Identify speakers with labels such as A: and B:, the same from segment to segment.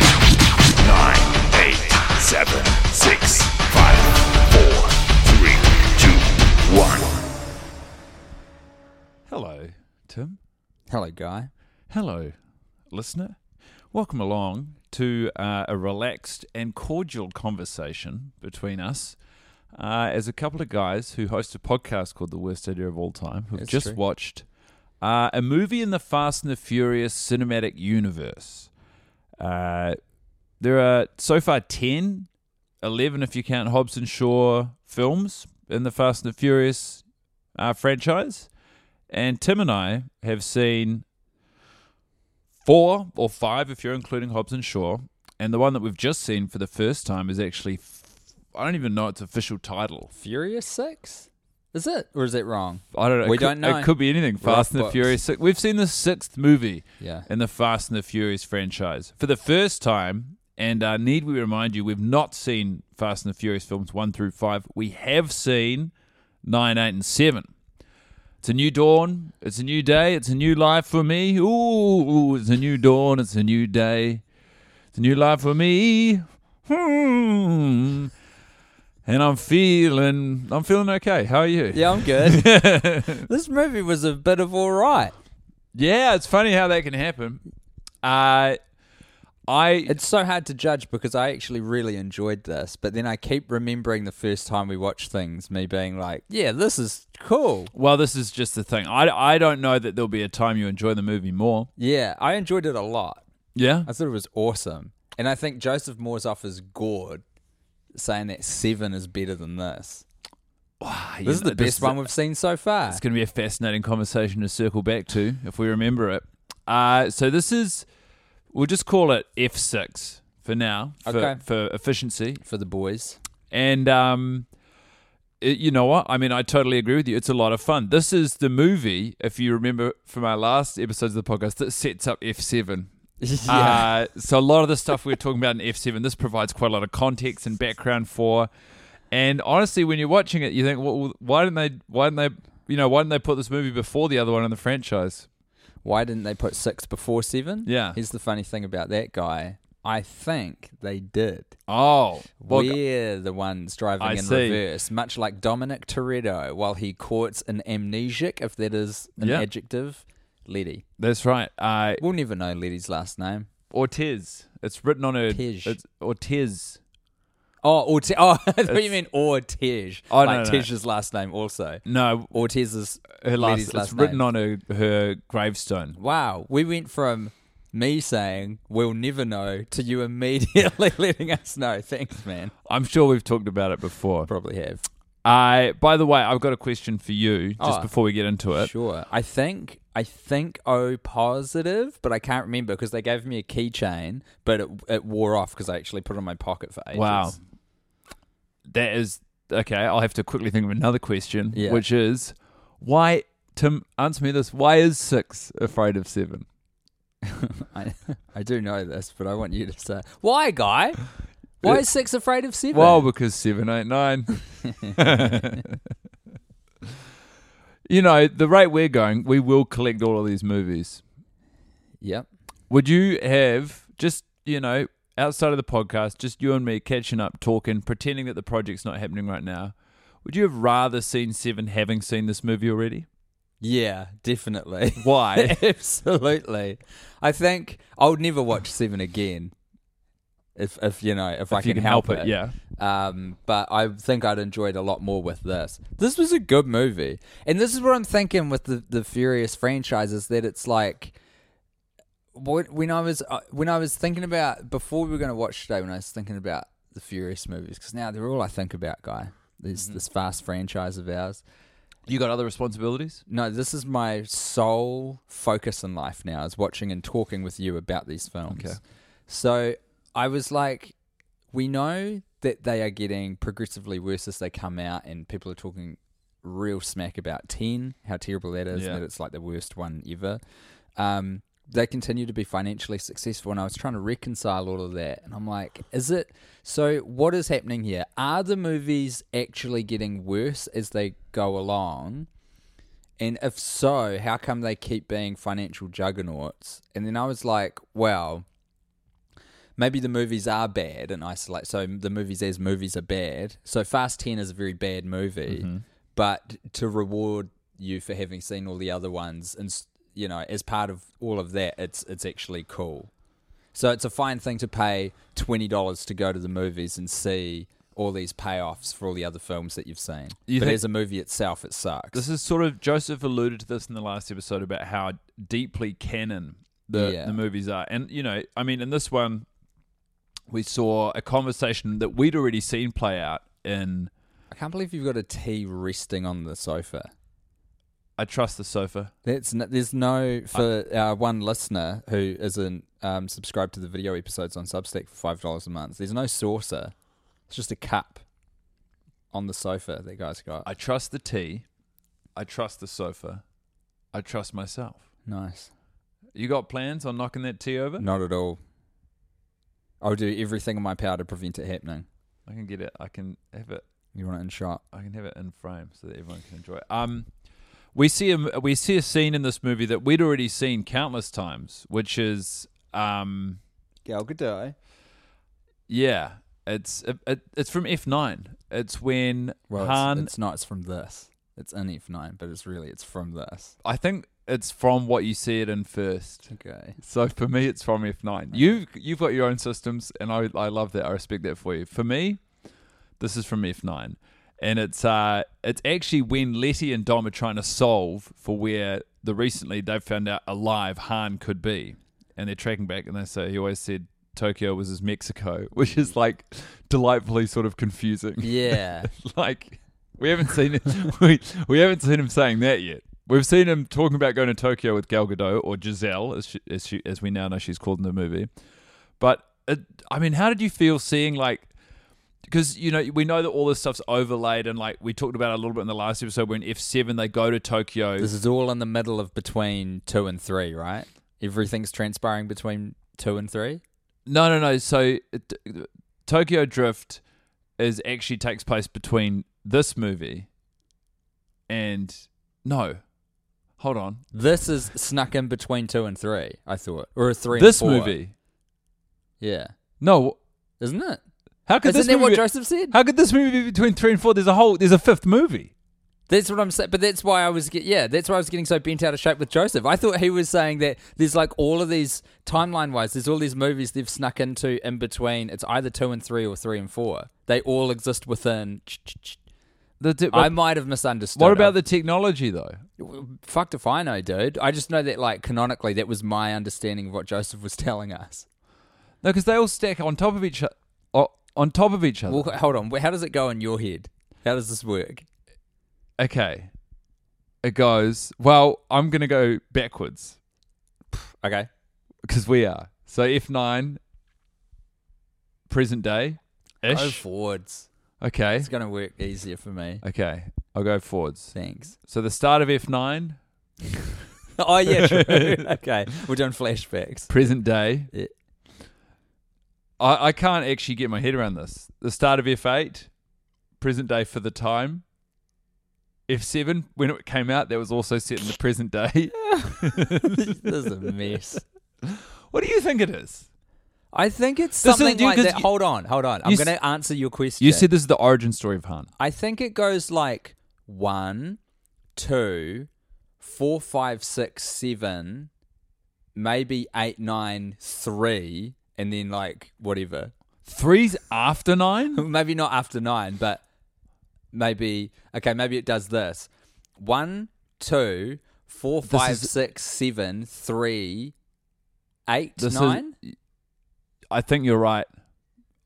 A: nine, eight, seven, six, five, four, three, two, one.
B: Hello, Tim.
C: Hello, guy.
B: Hello, listener. Welcome along to uh, a relaxed and cordial conversation between us uh, as a couple of guys who host a podcast called The Worst Idea of All Time, who've
C: That's
B: just
C: true.
B: watched uh, a movie in the Fast and the Furious cinematic universe. Uh, there are so far 10, 11 if you count Hobbs and Shaw films in the Fast and the Furious uh, franchise. And Tim and I have seen four or five if you're including Hobbs and Shaw. And the one that we've just seen for the first time is actually, f- I don't even know its official title.
C: Furious Six? Is it or is it wrong?
B: I don't know.
C: We
B: it could,
C: don't know.
B: It could be anything.
C: We're off
B: Fast and the
C: books.
B: Furious. Six. We've seen the sixth movie
C: Yeah.
B: in the Fast and the Furious franchise for the first time. And uh, need we remind you, we've not seen Fast and the Furious films one through five. We have seen nine, eight, and seven. It's a new dawn. It's a new day. It's a new life for me. Ooh, it's a new dawn. It's a new day. It's a new life for me. Hmm. And I'm feeling, I'm feeling okay. How are you?
C: Yeah, I'm good. this movie was a bit of all right.
B: Yeah, it's funny how that can happen. Uh, I
C: It's so hard to judge because I actually really enjoyed this, but then I keep remembering the first time we watched things, me being like, yeah, this is cool.
B: well, this is just the thing. I, I don't know that there'll be a time you enjoy the movie more.
C: Yeah, I enjoyed it a lot.
B: Yeah,
C: I thought it was awesome. And I think Joseph Moore's off is gored saying that seven is better than this. This is the best one we've seen so far.
B: It's going to be a fascinating conversation to circle back to if we remember it. Uh, so this is, we'll just call it F six for now for,
C: Okay.
B: for efficiency.
C: For the boys.
B: And um, it, you know what? I mean, I totally agree with you. It's a lot of fun. This is the movie, if you remember from our last episodes of the podcast, that sets up F seven. Uh, so a lot of the stuff we're talking about in F seven, this provides quite a lot of context and background for. And honestly, when you're watching it, you think, well, why didn't they? Why didn't they? You know, why didn't they put this movie before the other one in the franchise?
C: Why didn't they put six before seven?
B: Yeah.
C: Here's the funny thing about that guy. I think they did.
B: Oh, well,
C: We're the ones driving
B: I
C: in
B: see.
C: reverse, much like Dominic Toretto, while he courts an amnesiac, if that is an
B: Yeah.
C: adjective, Letty.
B: that's right. Uh,
C: We'll never know Letty's last name.
B: Ortiz. It's written on a
C: Tej.
B: It's Ortiz.
C: Oh, Orte- oh I thought you meant Ortej.
B: Oh, no,
C: like
B: no.
C: Tej's last name also.
B: No,
C: Ortez's
B: her last,
C: Letty's last
B: it's written
C: name.
B: on her, her gravestone.
C: Wow, we went from me saying we'll never know to you immediately letting us know. Thanks, man.
B: I'm sure we've talked about it before.
C: Probably have.
B: I, by the way, I've got a question for you just
C: Oh.
B: before we get into it.
C: Sure. I think I think O positive, but I can't remember because they gave me a keychain, but it, it wore off because I actually put it in my pocket for ages.
B: Wow. That is okay. I'll have to quickly think of another question,
C: Yeah.
B: which is why Tim answer me this: Why is six afraid of seven?
C: I, I do know this, but I want you to say why, guy. Why is six afraid of seven?
B: Well, because seven, eight, nine. you know, the rate we're going, we will collect all of these movies.
C: Yep.
B: Would you have just, you know, outside of the podcast, just you and me catching up, talking, pretending that the project's not happening right now? Would you have rather seen Seven having seen this movie already?
C: Yeah, definitely.
B: Why?
C: Absolutely. I think I would never watch Seven again. If if you know if, I
B: you
C: can,
B: can
C: help,
B: help it, yeah.
C: Um, but I think I'd enjoyed a lot more with this. This was a good movie, and this is what I'm thinking with the the Furious franchise is that it's like. what- When I was uh, when I was thinking about before we were going to watch today, when I was thinking about the Furious movies, because now they're all I think about, guy. This this fast franchise of ours.
B: Mm-hmm. You got other responsibilities?
C: No, this is my sole focus in life now is watching and talking with you about these films.
B: Okay.
C: So I was like, we know that they are getting progressively worse as they come out, and people are talking real smack about 10, how terrible that is,
B: Yeah.
C: and that it's like the worst one ever. Um, they continue to be financially successful, and I was trying to reconcile all of that. And I'm like, is it so? What is happening here? Are the movies actually getting worse as they go along? And if so, how come they keep being financial juggernauts? And then I was like, well, maybe the movies are bad and isolate. So the movies as movies are bad. So Fast 10 is a very bad movie,
B: Mm-hmm.
C: but to reward you for having seen all the other ones and s- you know, as part of all of that, it's it's actually cool. So it's a fine thing to pay $20 to go to the movies and see all these payoffs for all the other films that you've seen.
B: You
C: but
B: think-
C: as a movie itself, it sucks.
B: This is sort of Joseph alluded to this in the last episode about how deeply canon the,
C: Yeah.
B: the movies are, and you know, I mean, in this one, we saw a conversation that we'd already seen play out in
C: I can't believe you've got a tea resting on the sofa.
B: "I Trust the Sofa."
C: That's n there's no for our one listener who isn't um, subscribed to the video episodes on Substack for five dollars a month. There's no saucer. It's just a cup on the sofa that guy's got.
B: I trust the tea. I trust the sofa. I trust myself.
C: nice.
B: You got plans on knocking that tea over?
C: Not at all. I'll do everything in my power to prevent it happening.
B: I can get it. I can have it.
C: You want it in shot?
B: I can have it in frame so that everyone can enjoy it. Um, we see a we see a scene in this movie that we'd already seen countless times, which is um,
C: Gal Gadot.
B: yeah, it's it, it, it's from F nine. It's when
C: Well, it's-
B: Han.
C: it's not. It's from this. It's in F9, but it's really it's from this.
B: I think it's from what you see it in first.
C: Okay.
B: So for me, it's from F nine. You you've got your own systems, and I I love that. I respect that for you. For me, this is from F nine, and it's uh it's actually when Letty and Dom are trying to solve for where the recently they've found out alive Han could be, and they're tracking back, and they say he always said Tokyo was his Mexico, which is like delightfully sort of confusing.
C: Yeah.
B: like we haven't seen we we haven't seen him saying that yet. We've seen him talking about going to Tokyo with Gal Gadot or Giselle, as she, as, she, as we now know she's called in the movie. But it, I mean, how did you feel seeing like? Because you know we know that all this stuff's overlaid, and like we talked about it a little bit in the last episode when F seven they go to Tokyo.
C: This is all in the middle of between two and three, right? Everything's transpiring between two and three.
B: No, no, no. So it, Tokyo Drift is actually takes place between this movie and no, hold on,
C: This is snuck in between two and three, I thought, or a three. and
B: this
C: four.
B: movie.
C: yeah,
B: No,
C: isn't it?
B: how could
C: Isn't
B: this
C: that
B: movie?
C: what Joseph said?
B: How could this movie be between three and four? There's a whole. There's a fifth movie.
C: That's what I'm saying. But that's why I was get yeah. That's why I was getting so bent out of shape with Joseph. I thought he was saying that there's like all of these timeline wise, there's all these movies they've snuck into in between. It's either two and three or three and four. They all exist within.
B: The, the-
C: I might have misunderstood.
B: what
C: I've-
B: about the technology though?
C: Fucked if I know, dude. I just know that, like, canonically, that was my understanding of what Joseph was telling us.
B: No, because they all stack on top of each other. On top of each other.
C: Well, hold on. How does it go in your head? How does this work?
B: okay. It goes. Well, I'm gonna go backwards
C: Okay.
B: because we are. So F nine. Present day.
C: Go
B: Ish.
C: forwards.
B: Okay.
C: It's going to work easier for me.
B: Okay. I'll go forwards.
C: Thanks.
B: So the start of F nine.
C: Oh, yeah, true. okay. We're doing flashbacks.
B: Present day.
C: Yeah.
B: I, I can't actually get my head around this. The start of F8, present day for the time, if Seven, when it came out, that was also set in the present day.
C: this is a mess.
B: what do you think it is?
C: I think it's
B: This is-
C: something
B: you-
C: like
B: 'cause
C: that.
B: you-
C: Hold on, hold on. I'm
B: you s-
C: going to answer your question.
B: You said this is the origin story of Han.
C: I think it goes like one, two, four, five, six, seven, maybe eight, nine, three, and then like whatever.
B: Three's after nine?
C: maybe not after nine, but maybe okay, maybe it does this. One, two, four,
B: This
C: five,
B: is-
C: six, seven, three, eight,
B: This is-
C: nine?
B: I think you're right.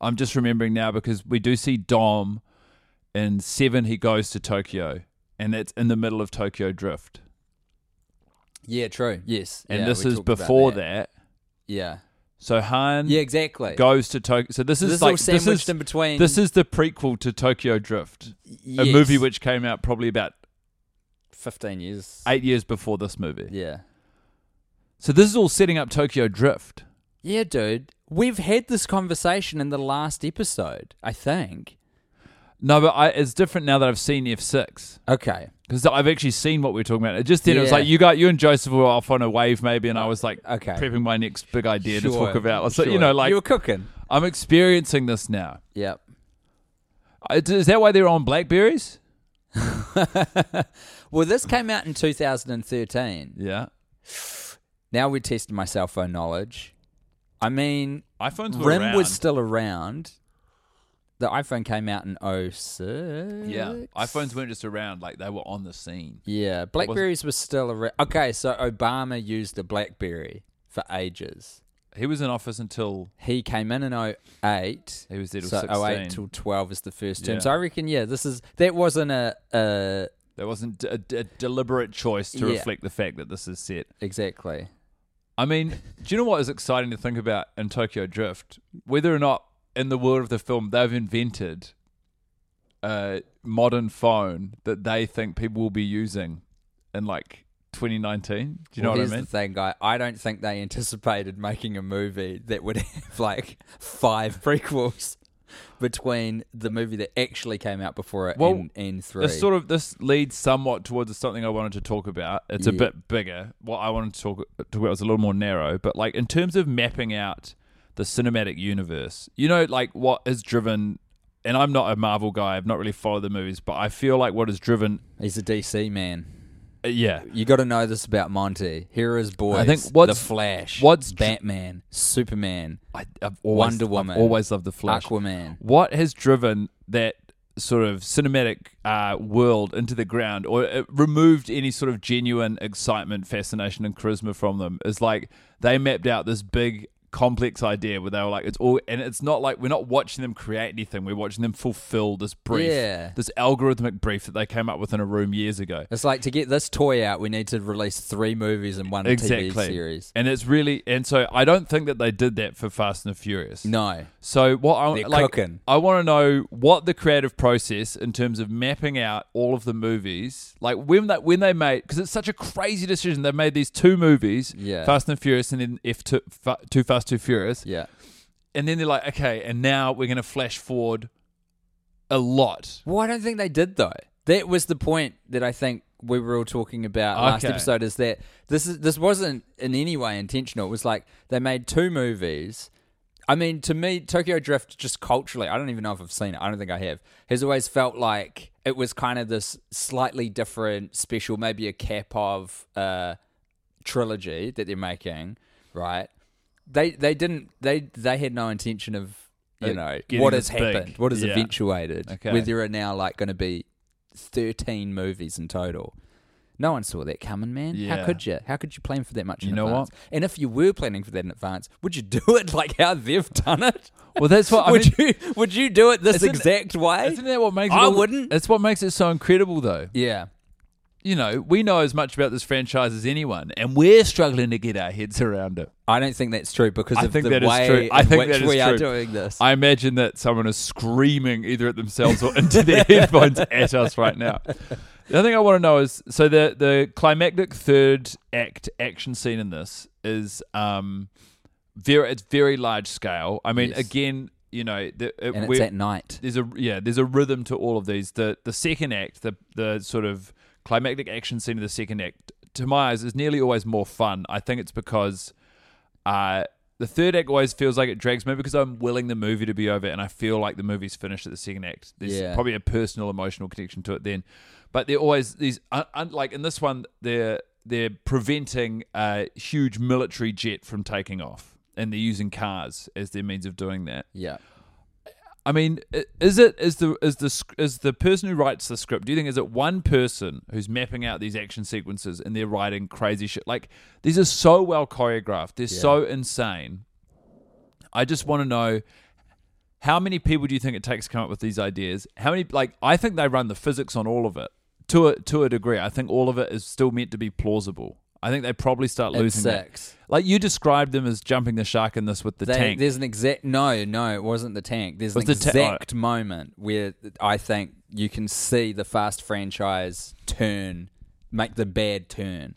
B: I'm just remembering now because we do see Dom in seven. He goes to Tokyo, and that's in the middle of Tokyo Drift.
C: Yeah, true. Yes.
B: And
C: yeah,
B: this
C: we
B: is
C: talked about
B: before that.
C: Yeah.
B: So Han
C: Yeah, exactly.
B: goes to Tokyo. So this is
C: This is all
B: like this
C: sandwiched
B: is
C: in between-
B: This is the prequel to Tokyo Drift, a
C: Yes.
B: movie which came out probably about
C: Fifteen years.
B: eight years before this movie.
C: Yeah.
B: So this is all setting up Tokyo Drift.
C: Yeah, dude. We've had this conversation in the last episode, I think.
B: No, but I, it's different now that I've seen F six.
C: Okay.
B: Because I've actually seen what we were talking about. It just then it was
C: Yeah.
B: like you got you and Joseph were off on a wave maybe, and I was like
C: Okay.
B: prepping my next big idea to
C: Sure,
B: talk about. So you
C: sure.
B: know, like
C: you were cooking.
B: I'm experiencing this now.
C: Yep.
B: I- Is that why they're on Blackberries?
C: Well, this came out in 2013.
B: Yeah,
C: Now we're testing my cell phone knowledge. I mean,
B: iPhones were
C: RIM
B: around.
C: was still around. The iPhone came out in 06.
B: yeah. iPhones weren't just around; like they were on the scene.
C: Yeah, Blackberries were still around. Okay, so Obama used a Blackberry for ages.
B: He was in office until
C: He came in in 08.
B: He was there till
C: so
B: 16.
C: 08 till 12 is the first term.
B: Yeah.
C: So I reckon, yeah, this is that wasn't a, a
B: there wasn't a, a deliberate choice to
C: Yeah.
B: reflect the fact that this is set.
C: exactly.
B: I mean, do you know what is exciting to think about in Tokyo Drift? Whether or not in the world of the film they've invented a modern phone that they think people will be using in like 2019. Do you know
C: Well,
B: what I
C: here's
B: mean?
C: the thing, guy. I don't think they anticipated making a movie that would have like five prequels between the movie that actually came out before it
B: Well,
C: and, and three.
B: This sort of this leads somewhat towards something I wanted to talk about. It's a
C: Yeah.
B: bit bigger. What I wanted to talk, talk about was a little more narrow, but like in terms of mapping out the cinematic universe, you know, like what is driven. And I'm not a Marvel guy. I've not really followed the movies, but I feel like what is driven,
C: He's a DC man.
B: uh, yeah,
C: You got to know this about Monty. Heroes, boys.
B: I think what's-
C: the Flash.
B: what's tr-
C: Batman? Superman.
B: I, I've always,
C: Wonder
B: I've
C: Woman.
B: always loved the Flash.
C: Aquaman.
B: What has driven that sort of cinematic uh, world into the ground, or it removed any sort of genuine excitement, fascination, and charisma from them? Is like they mapped out this big complex idea where they were like it's all and it's not like we're not watching them create anything we're watching them fulfill this brief
C: Yeah.
B: this algorithmic brief that they came up with in a room years ago
C: It's like to get this toy out, we need to release three movies and one TV series.
B: and it's really and so i don't think that they did that for fast and the furious
C: No.
B: So what I
C: They're
B: like,
C: cooking.
B: I want to know what the creative process in terms of mapping out all of the movies, like when that when they made, because it's such a crazy decision they made these two movies,
C: Yeah.
B: Fast and Furious, and then F two, fa- Too Fast, Too Furious,
C: Yeah.
B: and then they're like, okay, and now we're gonna flash forward a lot.
C: Well, I don't think they did though. That was the point that I think we were all talking about last
B: Okay.
C: episode. Is that this is this wasn't in any way intentional. It was like they made two movies. I mean, to me, Tokyo Drift just culturally, I don't even know if I've seen it. I don't think I have. Has always felt like it was kind of this slightly different, special, maybe a cap of uh, trilogy that they're making, right? They they didn't they they had no intention of you
B: Uh,
C: know
B: getting
C: what
B: this
C: has happened,
B: big.
C: what has
B: Yeah.
C: eventuated,
B: Okay.
C: where there are now like going to be thirteen movies in total. No one saw that coming, man.
B: Yeah.
C: How could you? How could you plan for that much?
B: You
C: in
B: know what?
C: advance? And if you were planning for that in advance, would you do it like how they've done it?
B: Well, that's what I
C: would
B: mean-
C: you would you do it this
B: Isn't-
C: exact way?
B: Isn't that what makes? It
C: I
B: all-
C: wouldn't.
B: That's what makes it so incredible, though.
C: yeah,
B: You know, we know as much about this franchise as anyone, and we're struggling to get our heads around it.
C: I don't think that's true because
B: I
C: of
B: think
C: the
B: that is
C: way
B: true. I
C: in
B: think
C: which
B: that is
C: we are
B: true.
C: doing this.
B: I imagine that someone is screaming either at themselves or into their headphones at us right now. The other thing I want to know is so the the climactic third act action scene in this is um very it's very large scale. I mean,
C: Yes.
B: again, you know, the, it-
C: and it's
B: we're-
C: at night.
B: there's a yeah there's a rhythm to all of these the the second act the the sort of climactic action scene of the second act to my eyes is nearly always more fun i think it's because uh the third act always feels like it drags me because i'm willing the movie to be over and i feel like the movie's finished at the second act there's
C: Yeah.
B: probably a personal emotional connection to it then but they're always these un- un- like in this one they're they're preventing a huge military jet from taking off and they're using cars as their means of doing that
C: Yeah.
B: I mean, i- is it is the is the sc- is the person who writes the script? Do you think is it one person who's mapping out these action sequences and they're writing crazy shit? Like these are so well choreographed, they're so insane. I just want to know how many people do you think it takes to come up with these ideas? How many like I think they run the physics on all of it to a to a degree. I think all of it is still meant to be plausible. I think they probably start
C: At
B: losing that.
C: six.
B: Like you described them as jumping the shark in this with the
C: They-
B: tank.
C: There's an exact no, no, it wasn't the tank. There's an
B: Was the ta- oh.
C: exact moment where I think you can see the Fast franchise turn, make the bad turn.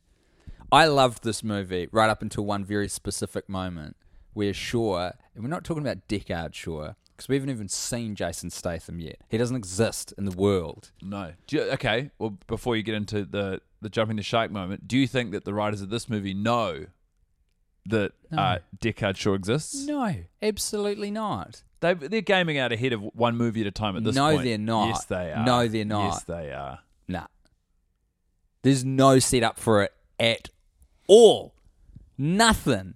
C: I loved this movie right up until one very specific moment where Shaw, and we're not talking about Deckard Shaw, because we haven't even seen Jason Statham yet. He doesn't exist in the world.
B: No. Do you, okay. Well, before you get into the the jumping the shark moment, do you think that the writers of this movie know that uh, Deckard Shaw exists?
C: No, absolutely not.
B: They they're gaming out ahead of one movie at a time at this
C: No,
B: point.
C: they're not.
B: Yes, they are.
C: No, they're not.
B: Yes, they are.
C: Nah. There's no setup for it at all. Nothing.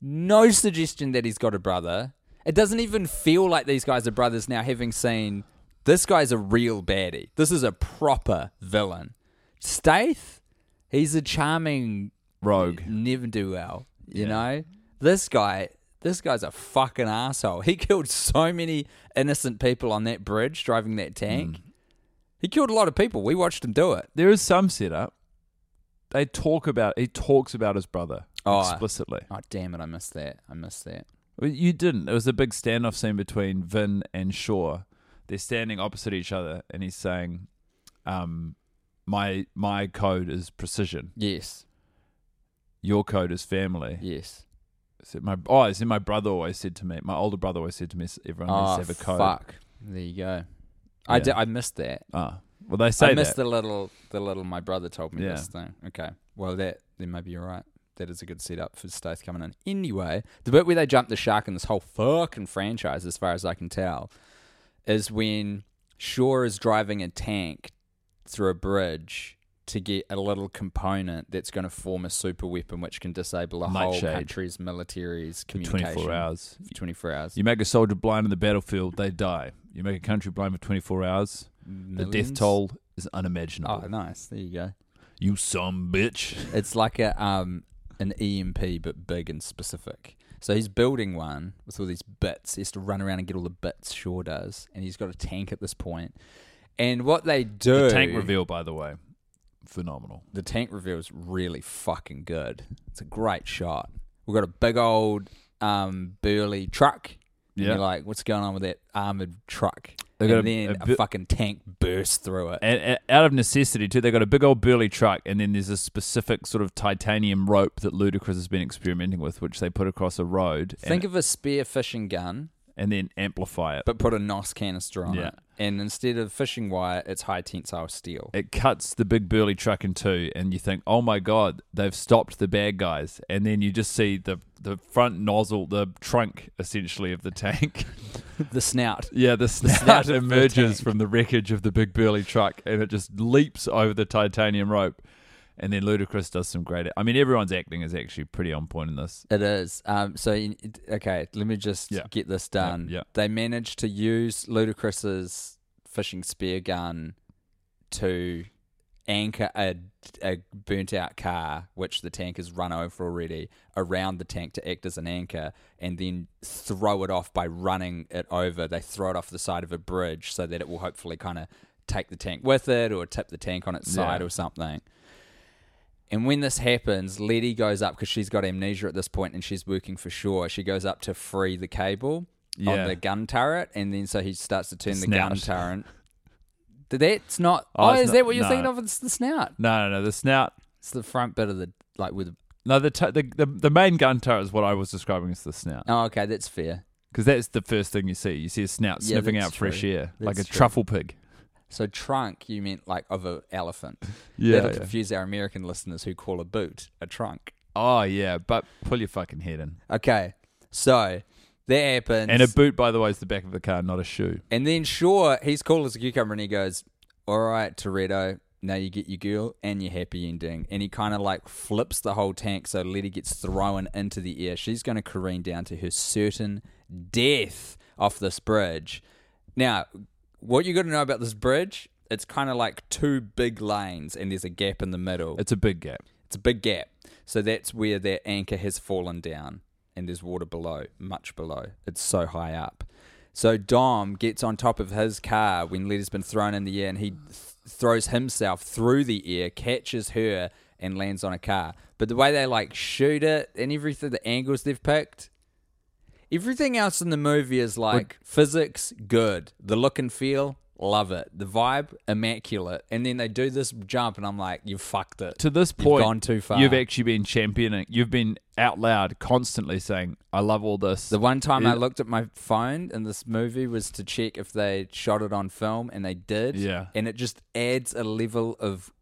C: No suggestion that he's got a brother. It doesn't even feel like these guys are brothers now, having seen this guy's a real baddie. This is a proper villain. Staith, he's a charming
B: Rogue.
C: never do well. You
B: Yeah.
C: know, this guy, this guy's a fucking asshole. He killed so many innocent people on that bridge driving that tank.
B: Hmm.
C: He killed a lot of people. We watched him do it.
B: There is some setup. They talk about he talks about his brother
C: Oh.
B: explicitly.
C: Oh damn it! I missed that. I missed that.
B: Well, You didn't. It was a big standoff scene between Vin and Shaw. They're standing opposite each other, and he's saying, um, "My my code is precision.
C: Yes,
B: Your code is family."
C: yes.
B: So my oh, it's in my brother always said to me. My older brother always said to me, "Everyone
C: Oh
B: needs to have a code."
C: fuck! There you go. I I,
B: Yeah.
C: d- I missed that.
B: Ah, well, they say
C: I missed
B: that.
C: the little, the little. My brother told me
B: Yeah.
C: this thing. Okay. Well, that then maybe you're right. That is a good setup for Stath coming in. Anyway, the bit where they jump the shark in this whole fucking franchise, as far as I can tell, is when Shaw is driving a tank through a bridge to get a little component that's going to form a super weapon which can disable a whole
B: Nightshade.
C: country's military's
B: For
C: communication
B: 24 hours.
C: For 24 hours.
B: You make a soldier blind on the battlefield, they die. You make a country blind for 24 hours, the death
C: Millions? Ah.
B: toll is
C: Oh,
B: unimaginable.
C: nice. There you go.
B: You some bitch.
C: It's like a um an EMP but big and specific. So he's building one with all these bits. He has to run around and get all the bits. Sure does, and he's got a tank at this point. And what they do
B: The tank reveal, by the way, phenomenal.
C: the tank reveal is really fucking good. It's a great shot. We've got a big old um burly truck. And
B: Yeah.
C: you're like, what's going on with that armored truck?
B: They got
C: and
B: a-
C: then
B: a
C: a,
B: bu-
C: fucking tank bursts through it.
B: And, and out of necessity, too, they got a big old burly truck, and then there's a specific sort of titanium rope that Ludacris has been experimenting with, which they put across a road
C: Think
B: and,
C: of a spear fishing gun
B: and then amplify it.
C: but put a NOS canister on
B: Yeah.
C: it. And instead of fishing wire, it's high tensile steel.
B: it cuts the big burly truck in two, and you think, "Oh my god, they've stopped the bad guys!" And then you just see the the front nozzle, the trunk essentially of the tank.
C: the snout.
B: yeah, the snout emerges from the wreckage of the big burly truck, and it just leaps over the titanium rope. And then Ludacris does some great. I mean, everyone's acting is actually pretty on point in this.
C: It is. Um, so, you, it- okay, let me just
B: Yeah.
C: get this done.
B: yeah.
C: They managed to use Ludacris's fishing spear gun to anchor a, a burnt out car, which the tank has run over already, around the tank to act as an anchor and then throw it off by running it over. They throw it off the side of a bridge so that it will hopefully kind of take the tank with it or tip the tank on its side
B: Yeah.
C: or something. And when this happens, Letty goes up because she's got amnesia at this point and she's working for sure. She goes up to free the cable
B: Yeah.
C: on the gun turret, and then so he starts to turn the gun
B: Snout.
C: turret. Th- That's not.
B: Oh,
C: Oh,
B: it's
C: is
B: not-
C: that what you're
B: no.
C: thinking of? It's the snout.
B: No, no, no. The snout.
C: It's the front bit of the like with.
B: No, the t- the, the the main gun turret is what I was describing as the snout.
C: Oh, okay, that's fair.
B: Because that's the first thing you see. You see a snout
C: Yeah,
B: sniffing
C: that's
B: out fresh
C: true.
B: air, like a
C: That's true.
B: truffle pig.
C: So trunk, you meant like of an elephant.
B: Yeah,
C: That'll
B: yeah.
C: confuse our American listeners who call a boot a trunk.
B: Oh, yeah, but pull your fucking head in.
C: Okay, so that happens.
B: And a boot, by the way, is the back of the car, not a shoe.
C: And then sure, he's cool as a cucumber and he goes, All right, Toretto, now you get your girl and your happy ending. And he kind of like flips the whole tank so Letty gets thrown into the air. She's going to careen down to her certain death off this bridge. Now, what you got to know about this bridge, it's kind of like two big lanes and there's a gap in the middle.
B: It's a big gap.
C: It's a big gap. So that's where that anchor has fallen down and there's water below, much below. It's so high up. So Dom gets on top of his car when Letty's been thrown in the air and he th- throws himself through the air, catches her and lands on a car. But the way they like shoot it and everything, the angles they've picked, everything else in the movie is like physics, good. The look and feel, love it. The vibe, immaculate. And then they do this jump and I'm like, you've fucked it.
B: To this
C: You've
B: point,
C: gone too far.
B: you've actually been championing. You've been out loud, constantly saying, I love all this.
C: The one time I
B: It-
C: looked at my phone in this movie was to check if they shot it on film, and they did.
B: Yeah.
C: and it just adds a level of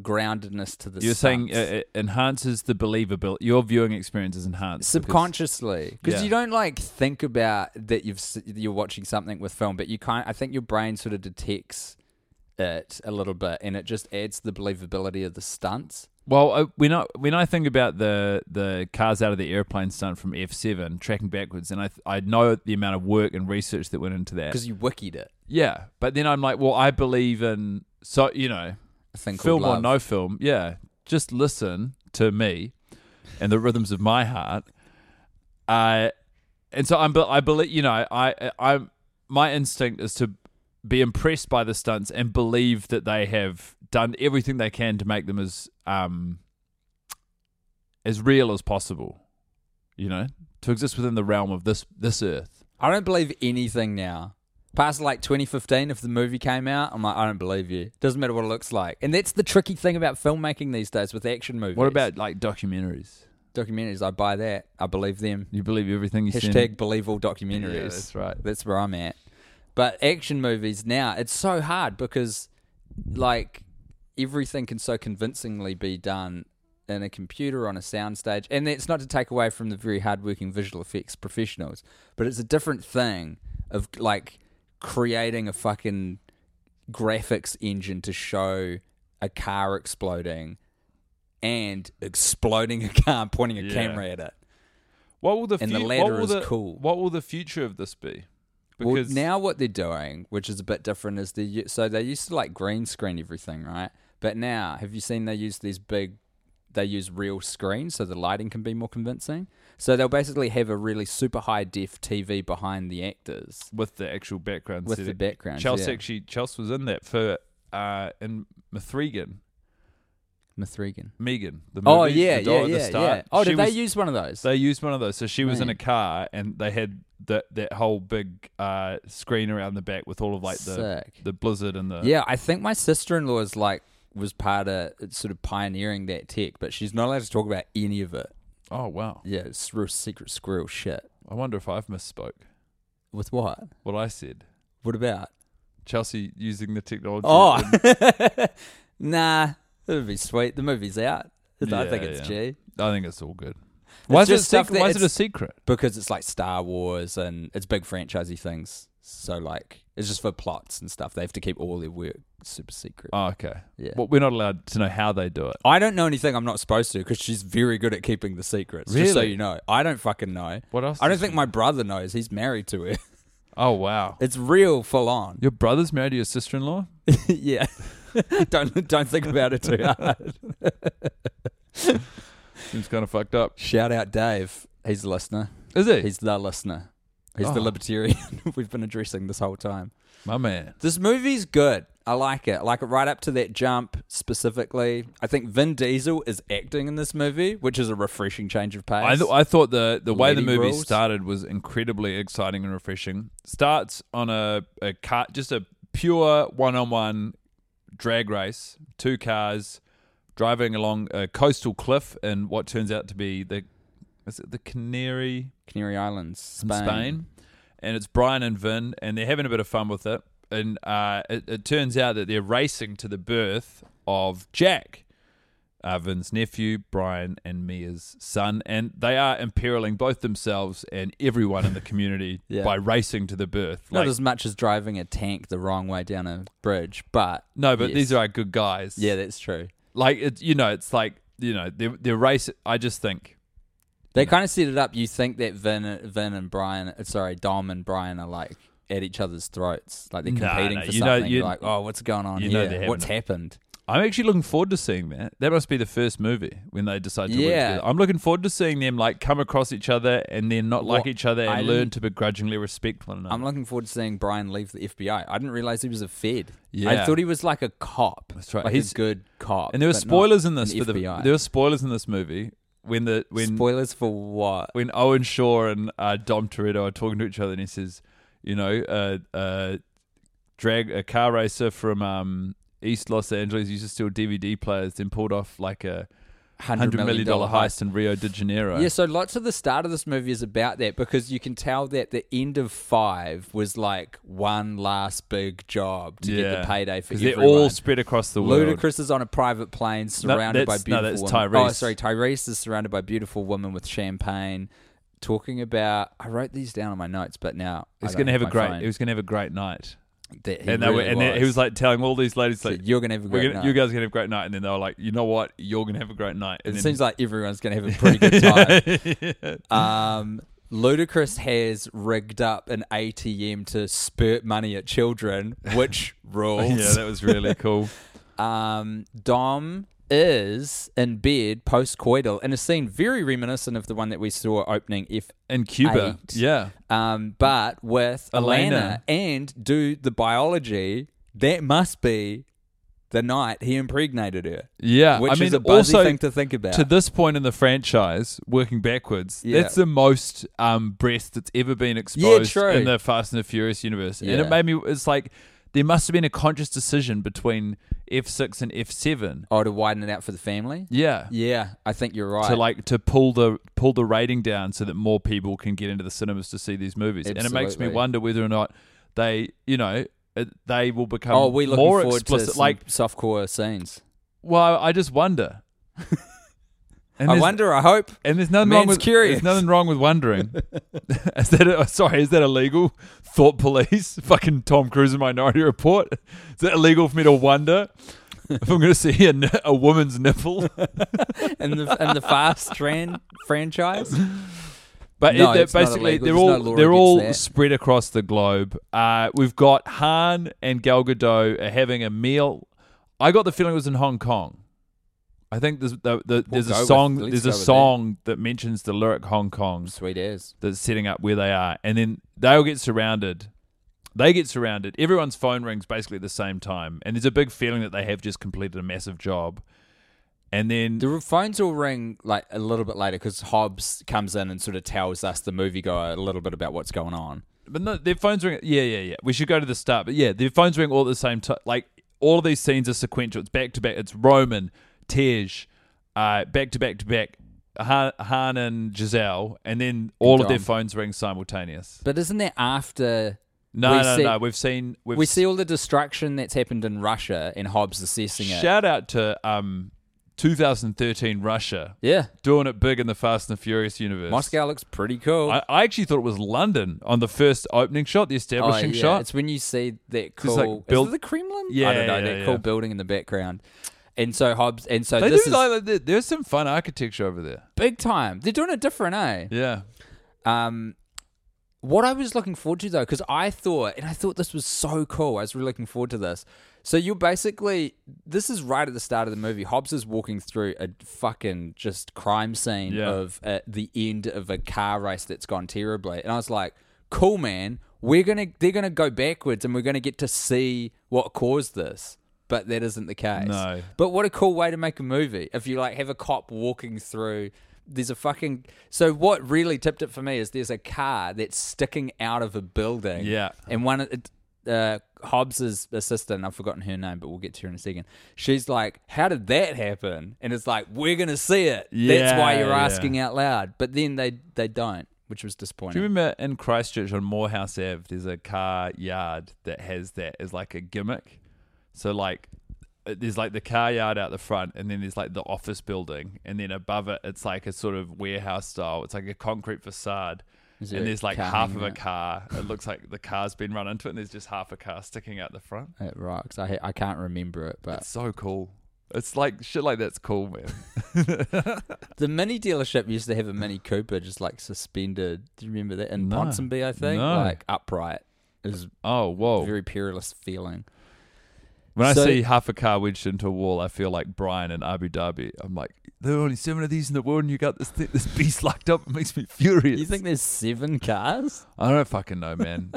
C: groundedness to the.
B: You're saying uh,
C: stunts.
B: it enhances the believability. Your viewing experience is enhanced. because-
C: subconsciously because
B: Yeah.
C: you don't like think about that you've s- you're watching something with film, but you kind I think your brain sort of detects it a little bit, and it just adds to the believability of the stunts.
B: Well, uh, when I when I think about the the cars out of the airplane stunt from F seven tracking backwards, and I th- I know the amount of work and research that went into that.
C: Because you wikied it,
B: Yeah, but then I'm like, well, I believe in so you know,
C: I think.
B: film or no film. Yeah, just listen to me and the rhythms of my heart. Uh, and so I'm, be- I believe, you know, I, I, am my instinct is to be impressed by the stunts and believe that they have done everything they can to make them as, um, as real as possible. You know, to exist within the realm of this this earth.
C: I don't believe anything now. Past like 2015, if the movie came out, I'm like, I don't believe you. Doesn't matter what it looks like. And that's the tricky thing about filmmaking these days with action movies.
B: What about like documentaries?
C: documentaries? I buy that. I believe them.
B: You believe everything you see in-
C: Hashtag believe all documentaries.
B: Yeah, that's right.
C: That's where I'm at. But action movies now, it's so hard because like everything can so convincingly be done in a computer on a soundstage, and it's not to take away from the very hardworking visual effects professionals, but it's a different thing of like creating a fucking graphics engine to show a car exploding and exploding a car and pointing a
B: Yeah.
C: camera at it.
B: What will the
C: And the
B: fut-
C: latter
B: what will
C: is
B: the,
C: cool.
B: What will the future of this be?
C: Well, now what they're doing, which is a bit different, is they u- so they used to like green screen everything, right? But now, have you seen they use these big? They use real screens, so the lighting can be more convincing. So they'll basically have a really super high def TV behind the actors.
B: with the actual background,
C: With the
B: setting.
C: backgrounds,
B: Chelsea
C: yeah.
B: actually Chelsea was in that for uh in Mithrigan,
C: Mithrigan.
B: Megan. The
C: Oh
B: movie, the
C: yeah, yeah,
B: dog at
C: yeah,
B: the start.
C: yeah. Oh,
B: She
C: did they
B: was-
C: use one of those?
B: They used one of those. So she was in a
C: Man.
B: car, and they had that that whole big uh screen around the back with all of like the
C: Sick.
B: the blizzard and the
C: yeah, I think my sister in law is like was part of sort of pioneering that tech, but she's not allowed to talk about any of it.
B: Oh wow,
C: Yeah, it's real secret squirrel shit.
B: I wonder if I've misspoke
C: With what?
B: what I said.
C: What about?
B: Chelsea using the technology.
C: Oh,
B: and-
C: nah, it would be sweet. The movie's out. I think
B: Yeah,
C: it's
B: yeah.
C: G
B: I think it's all good. Why is, it
C: just stuff
B: secret?
C: that
B: Why is it
C: it's-
B: a secret?
C: because it's like Star Wars and it's big franchisey things. So like, it's just for plots and stuff. They have to keep all their work super secret.
B: Oh, okay.
C: Yeah.
B: Well, we're not allowed to know how they do it.
C: I don't know anything I'm not supposed to because she's very good at keeping the secrets. Just so
B: Really?
C: you know, I don't fucking know.
B: What else
C: I don't
B: does
C: think
B: she
C: my brother knows. He's married to her.
B: Oh wow.
C: It's real full on.
B: Your brother's married to your sister-in-law?
C: yeah. don't don't think about it too hard.
B: Seems kind of fucked up.
C: Shout out Dave. He's a listener.
B: Is he?
C: He's the listener. He's the
B: Oh.
C: libertarian we've been addressing this whole time.
B: My man.
C: This movie's good. I like it. I like it right up to that jump specifically. I think Vin Diesel is acting in this movie, which is a refreshing change of pace.
B: I, th- I thought the, the way the
C: Lady
B: movie
C: rules.
B: started was incredibly exciting and refreshing. Starts on a, a car, just a pure one on one drag race, two cars driving along a coastal cliff in what turns out to be the is it the Canary
C: Canary Islands,
B: in
C: Spain.
B: Spain. and it's Brian and Vin, and they're having a bit of fun with it. And uh, it, it turns out that they're racing to the birth of Jack, uh, Vin's nephew, Brian and Mia's son, and they are imperiling both themselves and everyone in the community
C: Yeah.
B: by racing to the birth.
C: Not
B: Like-
C: as much as driving a tank the wrong way down a bridge, but
B: no, but
C: yes.
B: these are good guys.
C: yeah, that's true.
B: like it's you know, it's like you know, they're, they're race. I just think
C: They kind of set it up. You think that Vin, Vin and Brian, uh, sorry, Dom and Brian are like at each other's throats, like they're
B: No,
C: competing
B: no,
C: for
B: you know-
C: something.
B: you-
C: are like, oh, what's going on
B: you know
C: here?
B: they're
C: what's
B: having
C: happened?
B: I'm actually looking forward to seeing that. That must be the first movie when they decide to work
C: Yeah.
B: together. I'm looking forward to seeing them like come across each other and then not like
C: What-
B: each other and
C: I
B: learn
C: didn't-
B: to begrudgingly respect one another.
C: I'm looking forward to seeing Brian leave the FBI. I didn't realize he was a Fed.
B: Yeah.
C: I thought he was like a cop.
B: That's right.
C: Like
B: He's-
C: a good cop.
B: and there were
C: but not
B: spoilers in this
C: an
B: for the
C: FBI.
B: there were spoilers in this movie when the when
C: spoilers for what?
B: when Owen Shaw and uh, Dom Toretto are talking to each other, and he says, "You know, uh, uh, drag a car racer from um, East Los Angeles used to steal DVD players, then pulled off like a hundred million dollar heist in Rio de Janeiro."
C: Yeah, so lots of the start of this movie is about that because you can tell that the end of five was like one last big job to get the payday for
B: 'Cause
C: everyone.
B: They're all spread across the world.
C: Ludacris is on a private plane surrounded by
B: that's- no,
C: beautiful
B: that's
C: women.
B: Tyrese.
C: Oh, sorry, Tyrese is surrounded by beautiful women with champagne talking about I wrote these down on my notes, but now
B: He was
C: going to
B: have a great. He was going to have a great night.
C: that he
B: and they
C: really
B: were, and they- he was like telling all these ladies, like,
C: "You're gonna have a
B: we're
C: great
B: gonna-
C: night."
B: You guys are gonna have a great night." And then they were like, "You know what? You're gonna have a great night." And
C: It
B: then,
C: seems like everyone's going to have a pretty good time. um, Ludacris has rigged up an ATM to spurt money at children, which
B: yeah,
C: rules.
B: that was really cool.
C: um, Dom is in bed post coital in a scene very reminiscent of the one that we saw opening F.
B: And Cuba,
C: Eight.
B: yeah,
C: Um, but with
B: Elena.
C: Elena. and do the biology, that must be the night he impregnated her.
B: Yeah,
C: Which
B: I mean,
C: is a buzzy
B: also,
C: thing to think about.
B: To this point in the franchise, working backwards,
C: Yeah.
B: that's the most um, breast that's ever been exposed
C: true.
B: in the Fast and the Furious universe, and
C: Yeah.
B: it made me. It's like there must have been a conscious decision between F six and F seven.
C: Oh, to widen it out for the family?
B: Yeah.
C: Yeah, I think you're right.
B: To like to pull the pull the rating down so that more people can get into the cinemas to see these movies, and it makes me
C: Absolutely.
B: wonder whether or not they, you know, it, they will become
C: oh, we looking
B: more
C: forward
B: explicit.
C: to some
B: like,
C: softcore scenes.
B: well, I just wonder. And
C: I
B: there's-
C: wonder. I hope.
B: And there's nothing wrong
C: Man's
B: with
C: curious.
B: There's nothing wrong with wondering. is that a, sorry? Is that illegal? Thought police. Fucking Tom Cruise in Minority Report. Is that illegal for me to wonder if I'm going to see a, n- a woman's nipple?
C: in the in the fast tran- franchise.
B: But
C: No,
B: it- they're
C: it's not
B: basically,
C: illegal.
B: they're
C: There's no
B: all
C: law
B: they're
C: against
B: all
C: that.
B: spread across the globe. Uh, we've got Han and Gal Gadot are having a meal. I got the feeling it was in Hong Kong. I think there's the, the, there's
C: go
B: a
C: with-
B: song
C: let's
B: there's
C: go
B: a
C: with that.
B: song that mentions the lyric Hong Kong.
C: Sweet as.
B: that's setting up where they are, and then they'll get surrounded. They get surrounded. Everyone's phone rings basically at the same time, and there's a big feeling that they have just completed a massive job. And then
C: The phones will ring like a little bit later because Hobbs comes in and sort of tells us the moviegoer a little bit about what's going on.
B: But no, their phones ring. Yeah, yeah, yeah. We should go to the start. But yeah, their phones ring all at the same time. Like all of these scenes are sequential. It's back to back. It's Roman, Tej, uh, back to back to back. Han, Han and Giselle, and then all of their
C: Dom.
B: phones ring simultaneous.
C: But isn't that after?
B: No,
C: we
B: no,
C: see-
B: no. We've seen. We've
C: We see all the destruction that's happened in Russia and Hobbs assessing it.
B: Shout out to um, 2013 Russia
C: yeah,
B: doing it big in the Fast and the Furious universe.
C: Moscow looks pretty cool.
B: I, I actually thought it was London on the first opening shot, the
C: Oh,
B: establishing
C: yeah.
B: shot.
C: It's when you see that
B: Just,
C: cool
B: like, build-
C: is it the Kremlin?
B: Yeah,
C: I don't know,
B: yeah,
C: that
B: yeah.
C: cool building in the background. And so Hobbs and so
B: they do
C: this is
B: like that. There's some fun architecture over there.
C: big time. They're doing it different, eh?
B: Yeah.
C: Um what I was looking forward to though, because I thought, and I thought this was so cool. I was really looking forward to this. So you're basically this is right at the start of the movie. Hobbs is walking through a fucking just crime scene
B: Yeah.
C: of uh, the end of a car race that's gone terribly, and I was like, "Cool, man. We're gonna they're gonna go backwards, and we're gonna get to see what caused this." But that isn't the case.
B: No.
C: But what a cool way to make a movie. If you like have a cop walking through there's a fucking so what really tipped it for me is there's a car that's sticking out of a building.
B: Yeah.
C: And one of the- uh Hobbs's assistant, I've forgotten her name, but we'll get to her in a second. She's like, How did that happen? And it's like, We're gonna see it. That's why
B: Yeah,
C: you're
B: yeah.
C: asking out loud. But then they they don't, which was
B: Do you
C: disappointing.
B: remember in Christchurch on Morehouse Ave, there's a car yard that has that as like a gimmick? So, like, uh, there's like the car yard out the front, and then there's like the office building, and then above it, it's like a sort of warehouse style. It's like a concrete facade,
C: Is
B: and
C: it
B: there's like
C: car
B: half of
C: hanging
B: a
C: out?
B: car. It looks like the car's been run into it, and there's just half a car sticking out the front.
C: It rocks. I ha- I can't remember it, but
B: It's so cool. It's like shit like that's cool, man.
C: the mini dealership used to have a Mini Cooper just like suspended. Do you remember that in
B: No.
C: Ponsonby? I think
B: No.
C: like upright. It was
B: Oh, whoa.
C: a very perilous feeling.
B: When I
C: So-
B: see half a car wedged into a wall, I feel like Brian in Abu Dhabi. I'm like, there are only seven of these in the world, and you got this thi- this beast locked up. It makes me furious.
C: You think there's seven cars?
B: I don't fucking know, man.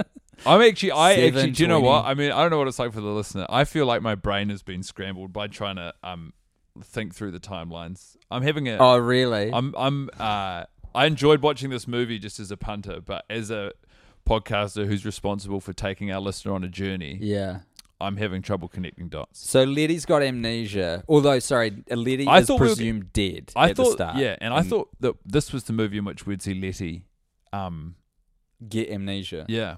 B: I'm actually, I
C: Seven,
B: actually, do you know what?
C: 20.
B: I mean, I don't know what it's like for the listener. I feel like my brain has been scrambled by trying to um think through the timelines. I'm having a
C: Oh, really?
B: I'm I'm uh I enjoyed watching this movie just as a punter, but as a podcaster who's responsible for taking our listener on a journey,
C: yeah.
B: I'm having trouble connecting dots.
C: So Letty's got amnesia. Although, sorry, Letty
B: I
C: is
B: thought we were-
C: presumed dead
B: I
C: at
B: thought,
C: the start.
B: yeah, and I thought that this was the movie in which we'd see Letty. Um,
C: get amnesia.
B: yeah,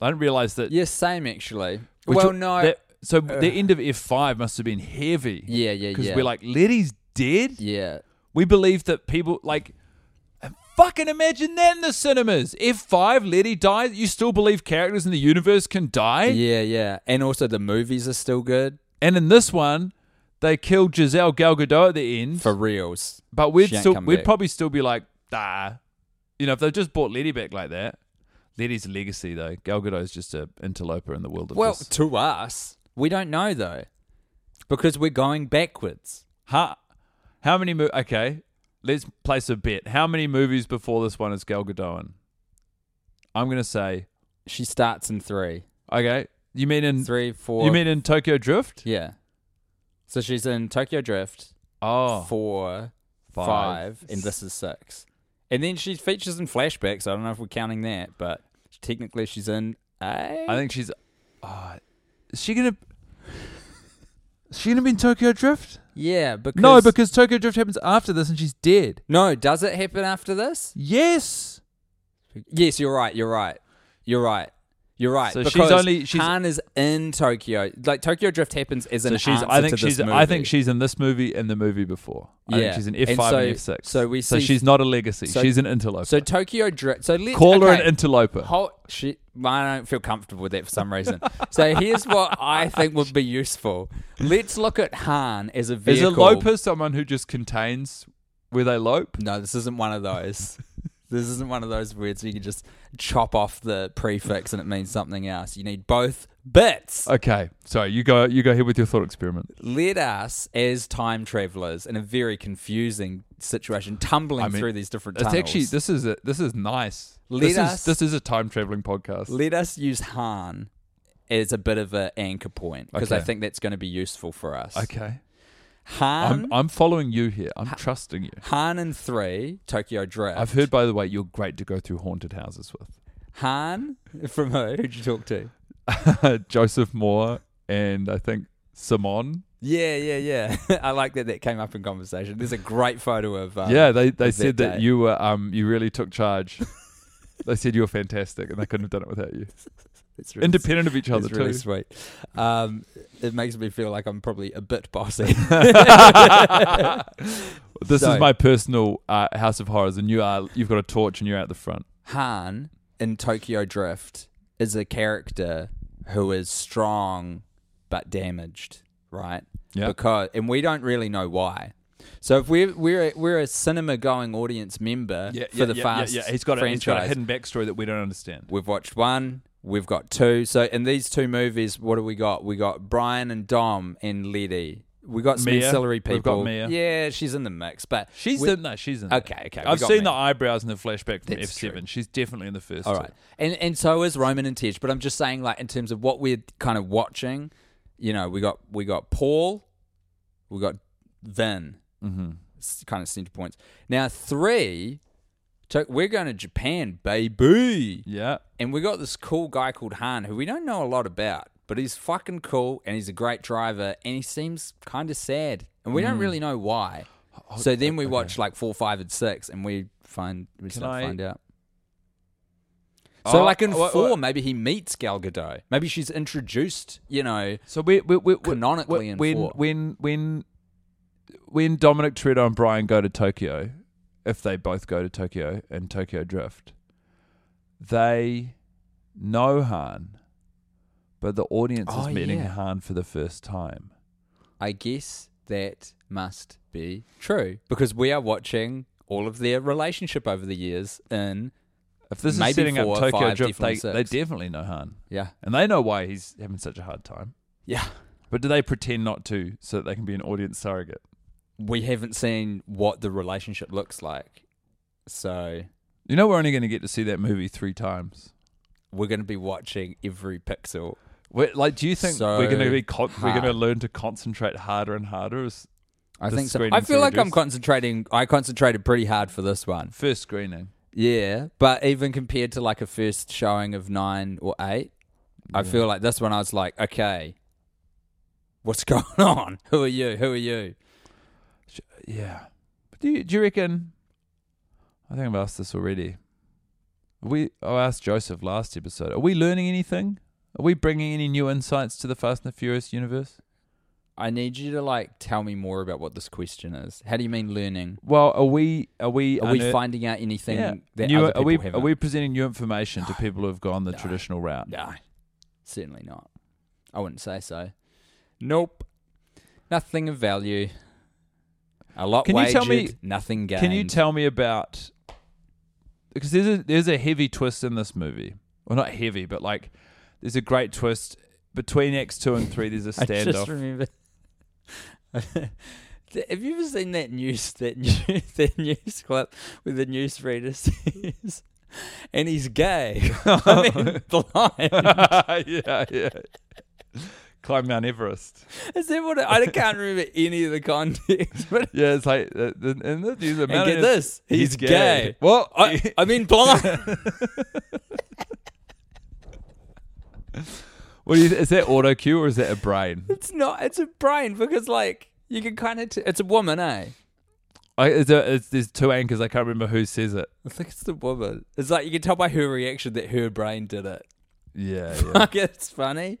B: I didn't realize that.
C: Yeah, same actually.
B: which-
C: well, no. uh,
B: that- so the end of F five must have been heavy.
C: Yeah, yeah,
B: Because
C: yeah.
B: we're like Letty's dead.
C: yeah.
B: We believe that people like. Fucking imagine that in the cinemas. F five, Letty dies. You still believe characters in the universe can die?
C: Yeah, yeah. And also the movies are still good
B: And in this one, they killed Giselle Gal Gadot at the end.
C: for reals.
B: But we'd
C: Shan't
B: still
C: come
B: we'd
C: back.
B: probably still be like, ah, you know, if they just bought Letty back like that. Letty's a legacy though. Gal Gadot's just a interloper in the world of
C: Well,
B: this.
C: to us, we don't know though. Because we're going backwards.
B: How how many mo- okay? Let's place a bet. How many movies before this one is Gal Gadot in? I'm gonna say
C: She starts in three.
B: okay. You mean in
C: Three, four.
B: You mean in Tokyo Drift?
C: Yeah. So she's in Tokyo Drift,
B: Oh,
C: four,
B: Five.
C: five, and this is six. And then she features in flashbacks. I don't know if we're counting that, but technically she's in eight.
B: I think she's. ah, is she gonna? Is she gonna be in Tokyo Drift?
C: Yeah, because
B: No, because Tokyo Drift happens after this, and she's dead.
C: no. Does it happen after this?
B: Yes.
C: Yes, you're right. You're right. You're right. You're right.
B: So she's
C: because
B: only- she's-
C: Han is in Tokyo. Like Tokyo Drift happens as
B: So
C: an
B: she's.
C: answer
B: I think
C: to this
B: she's. I think
C: movie.
B: she's in this movie and the movie before. I
C: Yeah.
B: think she's in F
C: And
B: five and F
C: so-
B: six.
C: so we
B: So
C: see-
B: she's not a legacy.
C: so-
B: she's an interloper.
C: So Tokyo Drift. So let's
B: call her an
C: okay.
B: interloper.
C: Hold, she, I don't feel comfortable with that for some reason. so here's what I think would be useful. Let's look at Han as a
B: Is
C: vehicle.
B: a loper someone who just contains where they lope?
C: No, this isn't one of those. this isn't one of those words where you can just chop off the prefix and it means something else. You need both bits.
B: Okay. Sorry. You go. You go ahead with your thought experiment.
C: Let us, as time travelers, in a very confusing situation, tumbling
B: I mean,
C: through these different
B: It's
C: tunnels.
B: actually. This is. A, this is nice.
C: Let
B: this is.
C: us-
B: This is a time traveling podcast.
C: Let us use Han as a bit of an anchor point because I
B: Okay.
C: think that's going to be useful for us.
B: okay.
C: Han.
B: I'm. I'm following you here. I'm trusting you.
C: Han in three, Tokyo Drift.
B: I've heard, by the way, you're great to go through haunted houses
C: Han from who? Who'd you talk to?
B: with. uh, Joseph Moore and I think Simon.
C: Yeah, yeah, yeah. I like that that came up in conversation. There's a great photo of. Um,
B: yeah, they, they
C: of
B: said that
C: day.
B: you were um you really took charge. they said you were fantastic, and they couldn't have done it without you.
C: It's really-
B: Independent of each other
C: It's
B: too.
C: really sweet. Um, it makes me feel like I'm probably a bit bossy.
B: this is
C: So-
B: my personal uh, House of Horrors, and you are you've got a torch and you're out the front.
C: Han in Tokyo Drift is a character who is strong but damaged, right?
B: Yeah.
C: Because and we don't really know why. So if we're we're a, we're a cinema going audience member for the fast franchise,
B: backstory that we don't understand.
C: we've watched one, we've got two. So in these two movies, what do we got? We got Brian and Dom and Letty. We got some
B: Mia.
C: ancillary
B: We've got
C: people.
B: Mia.
C: Yeah, she's in the mix, but
B: She's
C: we-
B: in that. She's in.
C: Okay,
B: that.
C: okay, we
B: I've
C: got
B: seen
C: me.
B: the eyebrows in the flashback from F
C: That's
B: seven. She's definitely in the first.
C: All
B: two.
C: right, and and so is Roman and Tej. But I'm just saying, like in terms of what we're kind of watching, you know, we got we got Paul, we got Vin, mm-hmm. kind of center points. Now three, so we're going to Japan, baby,
B: Yeah.
C: and we got this cool guy called Han who we don't know a lot about, but he's fucking cool and he's a great driver and he seems kind of sad and we don't really know Oh, why. So then we watch like four, five, and six, and we find we start
B: I-
C: to find out. So,
B: Oh,
C: like in
B: wha- wha-
C: four, maybe he meets Gal Gadot. Maybe she's introduced, you know.
B: So we we, we, we
C: Canonically in
B: when
C: four.
B: when when when Dominic Toretto and Brian go to Tokyo, if they both go to Tokyo and Tokyo Drift, they know Han, but the audience
C: Oh,
B: is meeting
C: yeah.
B: Han for the first time.
C: I guess that must be true because we are watching all of their relationship over the years in
B: If this
C: Maybe
B: is setting
C: four,
B: up Tokyo
C: five,
B: Drift, they,
C: definitely
B: they
C: six.
B: definitely know Han,
C: yeah,
B: and they know why he's having such a hard time.
C: yeah.
B: But do they pretend not to so that they can be an audience surrogate?
C: We haven't seen what the relationship looks like, so
B: You know, we're only going to get to see that movie three times.
C: we're going to be watching every pixel.
B: we like, do you think we're going to
C: So
B: be con- we're going to
C: hard.
B: learn to concentrate harder and harder? As
C: I
B: The
C: think so.
B: screening
C: I feel like I'm
B: surges.
C: concentrating. I concentrated pretty hard for this one.
B: first screening,
C: Yeah, but even compared to like a first showing of nine or eight, I feel like this one I was like, okay, what's going on? Who are you? Who are you?
B: yeah. But do you do you reckon? I think I've asked this already. Are we I asked Joseph last episode. Are we learning anything? Are we bringing any new insights to the Fast and the Furious universe?
C: I need you to like tell me more about what this question is. How do you mean learning?
B: Well, are we are we
C: Are we
B: unear-
C: finding out anything
B: yeah.
C: that
B: new,
C: other people
B: are we
C: haven't?
B: are we presenting new information to people who have gone the traditional route?
C: No, certainly not. I wouldn't say so. Nope, nothing of value. A lot
B: Can you
C: wagered,
B: tell me-
C: nothing gained.
B: Can you tell me about because there's a there's a heavy twist in this movie. Well, not heavy, but like there's a great twist between X two and three. There's a
C: I just
B: standoff.
C: remember. Have you ever seen that news that news, that news clip where the newsreader says, "And he's gay." I mean, blind.
B: yeah, yeah. Climb Mount Everest.
C: Is that what? It, I can't remember any of the context. But
B: Yeah, it's like uh, the- and the dude's a
C: and
B: Mount
C: get
B: Everest-
C: this, he's, gay. Well, I, I mean, blind.
B: What do you, is that auto cue or is that a brain?
C: it's not. It's a brain because like you can kind of. T- it's a woman, eh?
B: I, it's a, it's, there's two anchors. I can't remember who says it.
C: I think it's the woman. It's like you can tell by her reaction that her brain did it.
B: Yeah, yeah.
C: Like, it's funny.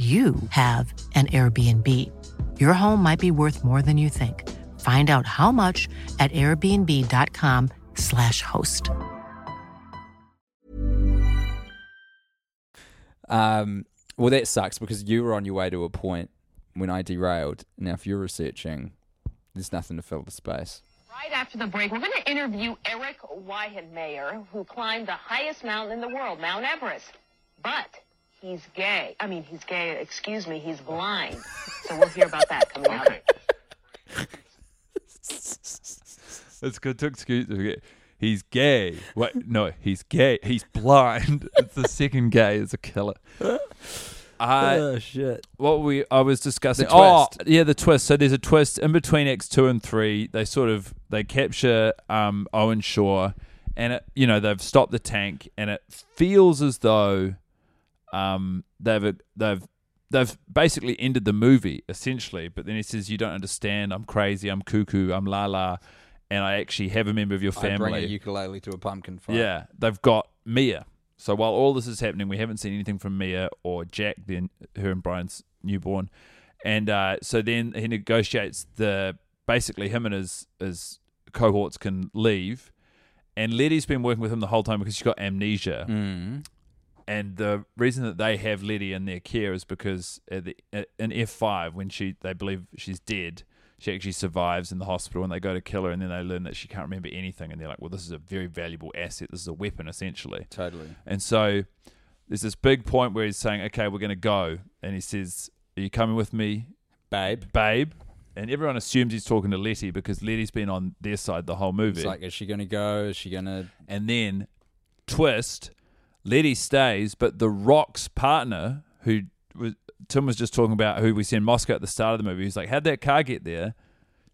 D: you have an Airbnb. Your home might be worth more than you think. Find out how much at airbnb.com/slash host.
C: Um, well, that sucks because you were on your way to a point when I derailed. Now, if you're researching, there's nothing to fill the space.
E: Right after the break, we're going to interview Eric Weihenmayer, who climbed the highest mountain in the world, Mount Everest. But he's gay. I mean, he's gay. Excuse me, he's blind. So we'll hear about that coming up.
B: It's good to excuse. okay. He's gay. Wait, no, he's gay. He's blind. It's the second gay is a killer. Uh,
C: oh shit.
B: what we I was discussing.
C: The twist.
B: Oh, yeah, the twist. So there's a twist in between Acts two and three. They sort of they capture um, Owen Shaw, and it, you know they've stopped the tank, and it feels as though um, they've they've they've basically ended the movie essentially. But then he says, "You don't understand. I'm crazy. I'm cuckoo. I'm la la." And I actually have a member of your family.
C: I bring a ukulele to a pumpkin fight.
B: Yeah, they've got Mia. So while all this is happening, we haven't seen anything from Mia or Jack, then her and Brian's newborn. And uh, so then he negotiates the basically him and his his cohorts can leave. And Letty's been working with him the whole time because she's got amnesia. And the reason that they have Letty in their care is because at the, at- in F five, when she they believe she's dead, she actually survives in the hospital, and they go to kill her, and then they learn that she can't remember anything, and they're like, "Well, this is a very valuable asset. This is a weapon, essentially."
C: Totally.
B: And so there's this big point where he's saying, okay, we're going to go. And he says, Are you coming with me,
C: Babe.
B: babe? And everyone assumes he's talking to Letty because Letty's been on their side the whole movie.
C: It's like, is she gonna go? Is she gonna
B: and then, twist, Letty stays, but The Rock's partner, who was, Tim was just talking about, who we see in Moscow at the start of the movie, he's like, How'd that car get there?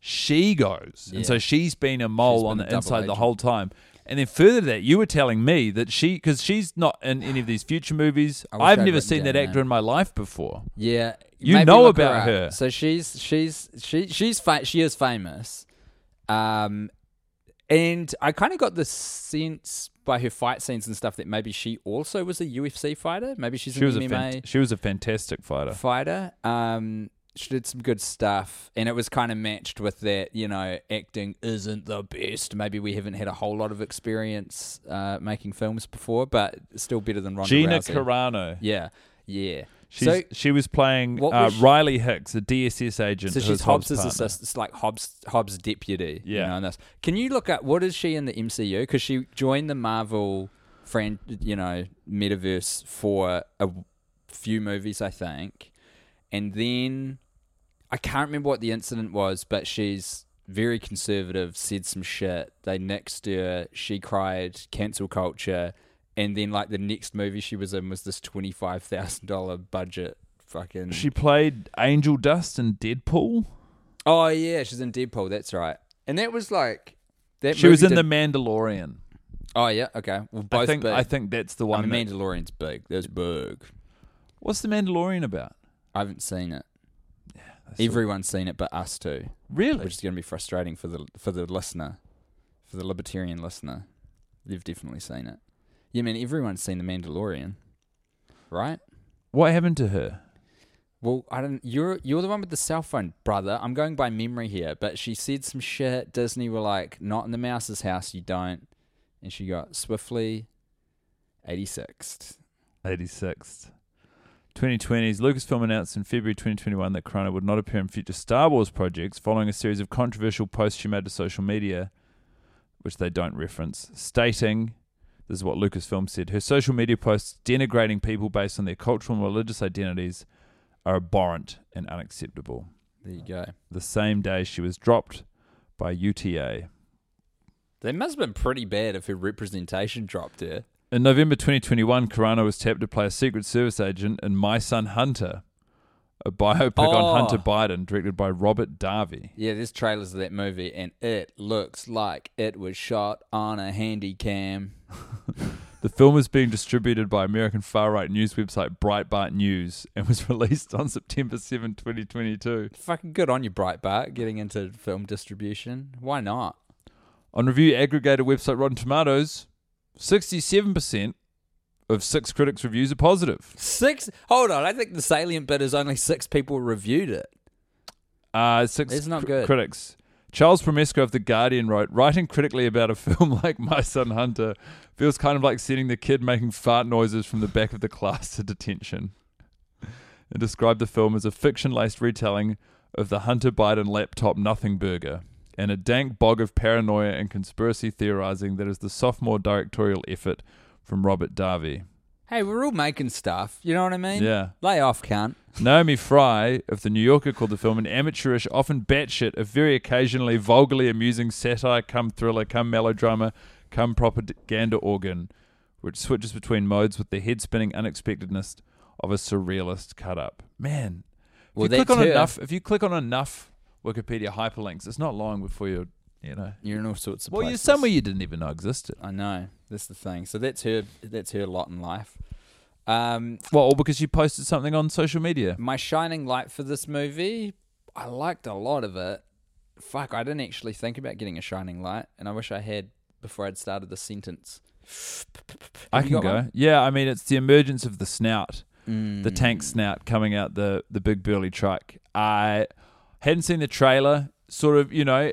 B: She goes.
C: Yeah.
B: And so she's been a mole
C: She's
B: on
C: been a
B: the
C: double
B: inside the
C: agent.
B: whole time. And then further to that, you were telling me that she, because she's not in any of these future movies.
C: I wish
B: I've
C: I'd
B: never
C: written
B: seen
C: down
B: that actor
C: that.
B: in my life before.
C: Yeah,
B: You
C: maybe
B: know
C: look
B: about
C: up.
B: her.
C: So she's she's she she's fa- she is famous, um, and I kind of got the sense by her fight scenes and stuff that maybe she also was a UFC fighter. Maybe she's
B: She
C: an
B: was, a
C: MMA
B: fant- she was a fantastic fighter.
C: fighter. Um, she did some good stuff, and it was kind of matched with that. You know, acting isn't the best. Maybe we haven't had a whole lot of experience uh, making films before, but still better than Ronda
B: Gina
C: Rousey.
B: Carano.
C: Yeah, yeah.
B: She's,
C: so
B: she was playing
C: what
B: uh,
C: was she-
B: Riley Hicks, a DSS agent.
C: So
B: who
C: she's
B: was Hobbs'
C: Hobbs's
B: partner.
C: assistant. It's like Hobbs Hobbs deputy. Yeah.
B: Yeah.
C: You know, and this. Can you look up what is she in the MCU? Because she joined the Marvel friend, you know, metaverse for a few movies, I think, and then I can't remember what the incident was, but she's very conservative. Said some shit. They nixed her. She cried. Cancel culture. And then, like the next movie she was in was this twenty five thousand dollar budget fucking.
B: She played Angel Dust in Deadpool.
C: Oh yeah, she's in Deadpool. That's right. And that was like that.
B: She was in
C: movie
B: The
C: did-
B: Mandalorian.
C: Oh yeah. Okay. Well, both.
B: I think
C: big.
B: I think that's the
C: I
B: one.
C: mean,
B: that-
C: Mandalorian's big. That's big.
B: what's The Mandalorian about?
C: I haven't seen it. Everyone's seen it, but us too,
B: Really?
C: which is going to be frustrating for the for the listener, for the libertarian listener. They've definitely seen it. Yeah, man. Everyone's seen the Mandalorian, right?
B: What happened to her?
C: Well, I don't. You're you're the one with the cell phone, brother. I'm going by memory here, but she said some shit. Disney were like, "Not in the mouse's house, you don't." And she got swiftly 86th.
B: 86th. 2020s, Lucasfilm announced in February 2021 that Corona would not appear in future Star Wars projects following a series of controversial posts she made to social media, which they don't reference, stating this is what Lucasfilm said her social media posts denigrating people based on their cultural and religious identities are abhorrent and unacceptable.
C: There you go.
B: The same day she was dropped by UTA.
C: They must have been pretty bad if her representation dropped her.
B: In November 2021, Carano was tapped to play a Secret Service agent in My Son Hunter, a biopic
C: Oh.
B: on Hunter Biden directed by Robert Darby.
C: Yeah, there's trailers of that movie, and it looks like it was shot on a handy cam.
B: The film is being distributed by American far right news website Breitbart News and was released on September 7, 2022.
C: Fucking good on you, Breitbart, getting into film distribution. Why not?
B: On review aggregator website Rotten Tomatoes, 67% of six critics' reviews are positive.
C: Six. Hold on, I think the salient bit is only six people reviewed it.
B: Uh, six
C: It's not
B: cr-
C: good.
B: critics. Charles Promesco of The Guardian wrote, writing critically about a film like My Son Hunter feels kind of like sending the kid making fart noises from the back of the class to detention. And described the film as a fiction laced retelling of the Hunter Biden laptop nothing burger and a dank bog of paranoia and conspiracy theorizing that is the sophomore directorial effort from Robert Darby.
C: Hey, we're all making stuff. You know what I mean?
B: Yeah.
C: Lay off, cunt.
B: Naomi Fry of The New Yorker called the film an amateurish, often batshit, if very occasionally vulgarly amusing satire, come thriller, come melodrama, cum propaganda organ, which switches between modes with the head spinning unexpectedness of a surrealist cut up. Man, if
C: Well,
B: you click
C: that's
B: on
C: her.
B: enough, if you click on enough Wikipedia hyperlinks, it's not long before you're, you know,
C: You're in all sorts of
B: well, you're
C: places.
B: somewhere you didn't even know existed.
C: I know. That's the thing. So that's her. That's her lot in life. Um,
B: Well, all because you posted something on social media.
C: my shining light for this movie, I liked a lot of it. Fuck, I didn't actually think about getting a shining light, and I wish I had before I'd started the sentence.
B: I
C: Have
B: can go.
C: you got one?
B: Yeah, I mean, it's the emergence of the snout, the
C: Mm.
B: tank snout coming out the the big burly truck. I hadn't seen the trailer. Sort of, you know,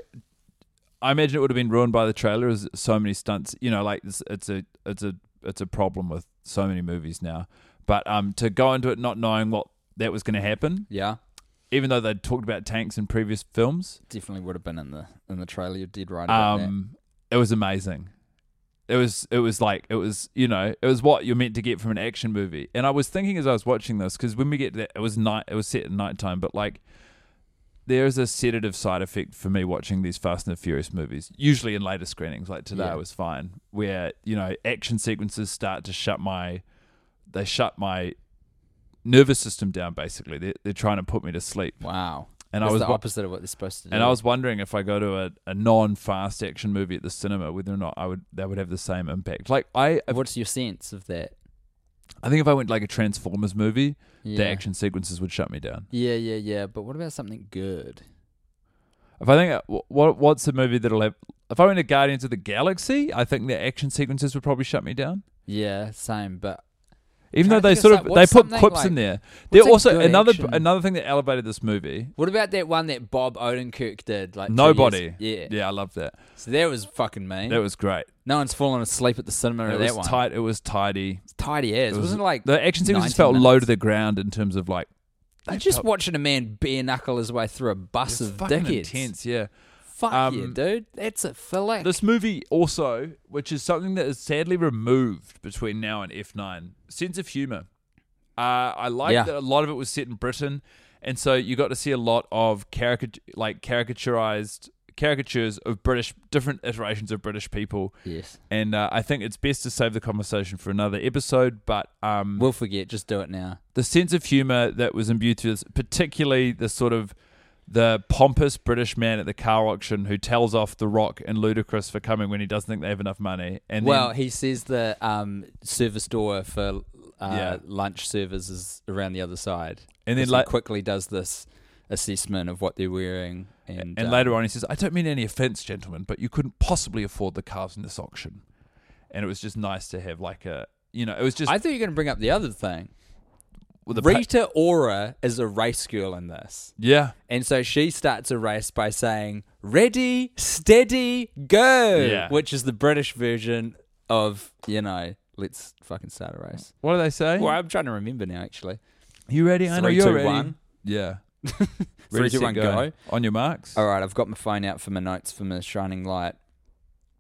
B: I imagine it would have been ruined by the trailer, as so many stunts. You know, like it's, it's a it's a it's a problem with so many movies now. But um, to go into it not knowing what that was going to happen,
C: Yeah,
B: even though they'd talked about tanks in previous films,
C: definitely would have been in the in the trailer. You're dead right about that.
B: um, it was amazing. It was it was like it was you know it was what you're meant to get from an action movie. And I was thinking as I was watching this because when we get to that, it was night it was set at nighttime, but like there is a sedative side effect for me watching these Fast and the Furious movies. Usually in later screenings, like today
C: Yeah.
B: I was fine, where you know action sequences start to shut my they shut my nervous system down. Basically, they're, they're trying to put me to sleep.
C: Wow.
B: And I
C: That's
B: was
C: the
B: wa-
C: opposite of what they're supposed to do.
B: And I was wondering if I go to a, a non fast action movie at the cinema, whether or not I would that would have the same impact. Like I,
C: What's your sense of that?
B: I think if I went like a Transformers movie,
C: Yeah.
B: the action sequences would shut me down.
C: Yeah, yeah, yeah. But what about something good?
B: If I think uh, wh- what what's a movie that'll have, if I went to Guardians of the Galaxy, I think the action sequences would probably shut me down.
C: Yeah, same. But
B: Even
C: Trying
B: though they
C: to think of
B: sort
C: some-
B: of they
C: what's
B: put
C: something
B: clips
C: like-
B: in there. They're
C: what's a
B: also
C: good
B: another
C: action?
B: another thing that elevated this movie.
C: what about that one that Bob Odenkirk did? Like two
B: Nobody.
C: years- Yeah.
B: yeah, I love that.
C: So that was fucking mean.
B: That was great.
C: no one's fallen asleep at the cinema
B: It
C: at
B: was
C: that one.
B: tight. It was tidy.
C: It's tidy as. It was, not like
B: the action sequences
C: 90
B: felt low to
C: minutes.
B: the ground in terms of like
C: You're just
B: felt-
C: watching a man bare knuckle his way through a bus
B: It's
C: of
B: fucking
C: dickheads.
B: intense, yeah.
C: Fuck
B: Um,
C: yeah, dude. That's a fillet.
B: This movie also, which is something that is sadly removed between now and F9, sense of humor. Uh, I like
C: Yeah.
B: that a lot of it was set in Britain, and so you got to see a lot of caricat- like caricaturized caricatures of British, different iterations of British people.
C: Yes.
B: And uh, I think it's best to save the conversation for another episode. But um,
C: We'll forget. Just do it now.
B: the sense of humor that was imbued through this, particularly the sort of the pompous British man at the car auction who tells off The Rock and Ludacris for coming when he doesn't think they have enough money. And
C: well,
B: then,
C: he says the um, service door for uh,
B: Yeah.
C: lunch servers is around the other side,
B: And then
C: As he
B: la-
C: quickly does this assessment of what they're wearing, and, uh,
B: and later on he says, I don't mean any offense, gentlemen, but you couldn't possibly afford the calves in this auction. And it was just nice to have like a, you know, it was just
C: I thought you were going to bring up the other thing.
B: with a pa-
C: Rita Ora is a race girl in this,
B: yeah.
C: and so she starts a race by saying "Ready, steady, go,"
B: Yeah.
C: which is the British version of you know, let's fucking start a race.
B: What do they say?
C: Well, I'm trying to remember now, actually.
B: you ready? I know
C: Three,
B: you're
C: two,
B: ready.
C: one.
B: Yeah.
C: Three, two,
B: set,
C: one, go.
B: On your marks.
C: All right, I've got my phone out for my notes for my shining light.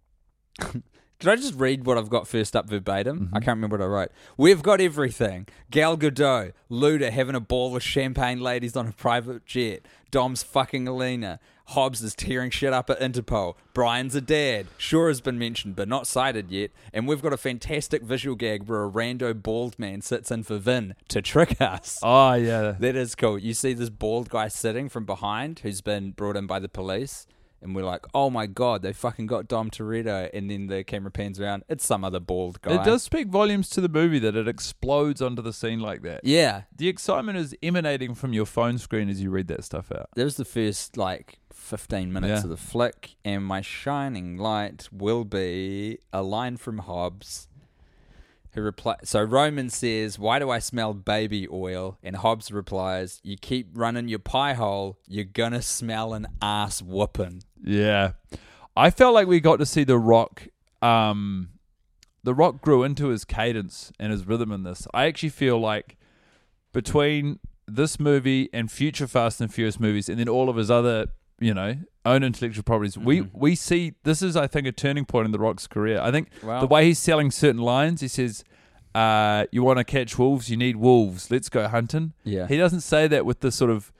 C: Did I just read what I've got first up verbatim? I can't remember what I wrote. We've got everything. Gal Gadot, Luda having a ball with champagne ladies on a private jet. Dom's fucking Alina. Hobbs is tearing shit up at Interpol. Brian's a dad. Sure has been mentioned, but not cited yet. And we've got a fantastic visual gag where a rando bald man sits in for Vin to trick us.
B: Oh, yeah.
C: That is cool. You see this bald guy sitting from behind who's been brought in by the police, and we're like, oh my god, they fucking got Dom Toretto. And then the camera pans around, it's some other bald guy.
B: It does speak volumes to the movie that it explodes onto the scene like that.
C: Yeah.
B: The excitement is emanating from your phone screen as you read that stuff out.
C: That was the first like 15 minutes
B: Yeah.
C: of the flick, and my shining light will be a line from Hobbs. Who reply? So Roman says, "Why do I smell baby oil?" And Hobbs replies, "You keep running your pie hole, you're gonna smell an ass whooping."
B: Yeah. I felt like we got to see The Rock. Um, the Rock grew into his cadence and his rhythm in this. I actually feel like between this movie and future Fast and Furious movies, and then all of his other, you know, own intellectual properties, we we see this is, I think, a turning point in The Rock's career. I think
C: Wow.
B: the way he's selling certain lines, he says, uh, "You want to catch wolves? You need wolves. Let's go hunting."
C: Yeah.
B: he doesn't say that with the sort of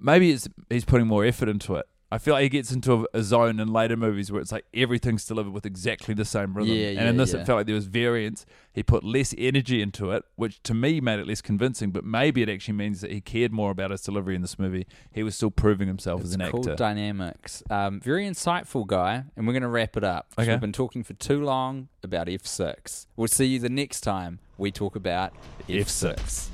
B: maybe it's he's putting more effort into it. I feel like he gets into a, a zone in later movies where it's like everything's delivered with exactly the same rhythm.
C: Yeah,
B: and in
C: yeah,
B: this,
C: yeah.
B: it felt like there was variance. He put less energy into it, which to me made it less convincing. But maybe it actually means that he cared more about his delivery in this movie. He was still proving himself as an
C: It's
B: actor.
C: called Dynamics. Um, very insightful guy, and we're going to wrap it up. 'cause
B: Okay.
C: We've been talking for too long about F6. We'll see you the next time we talk about F6.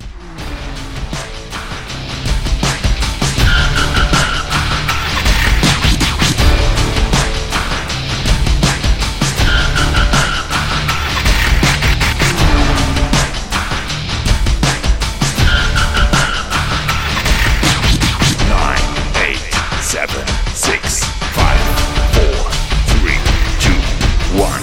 A: Nine, eight, seven, six, five, four, three, two, one.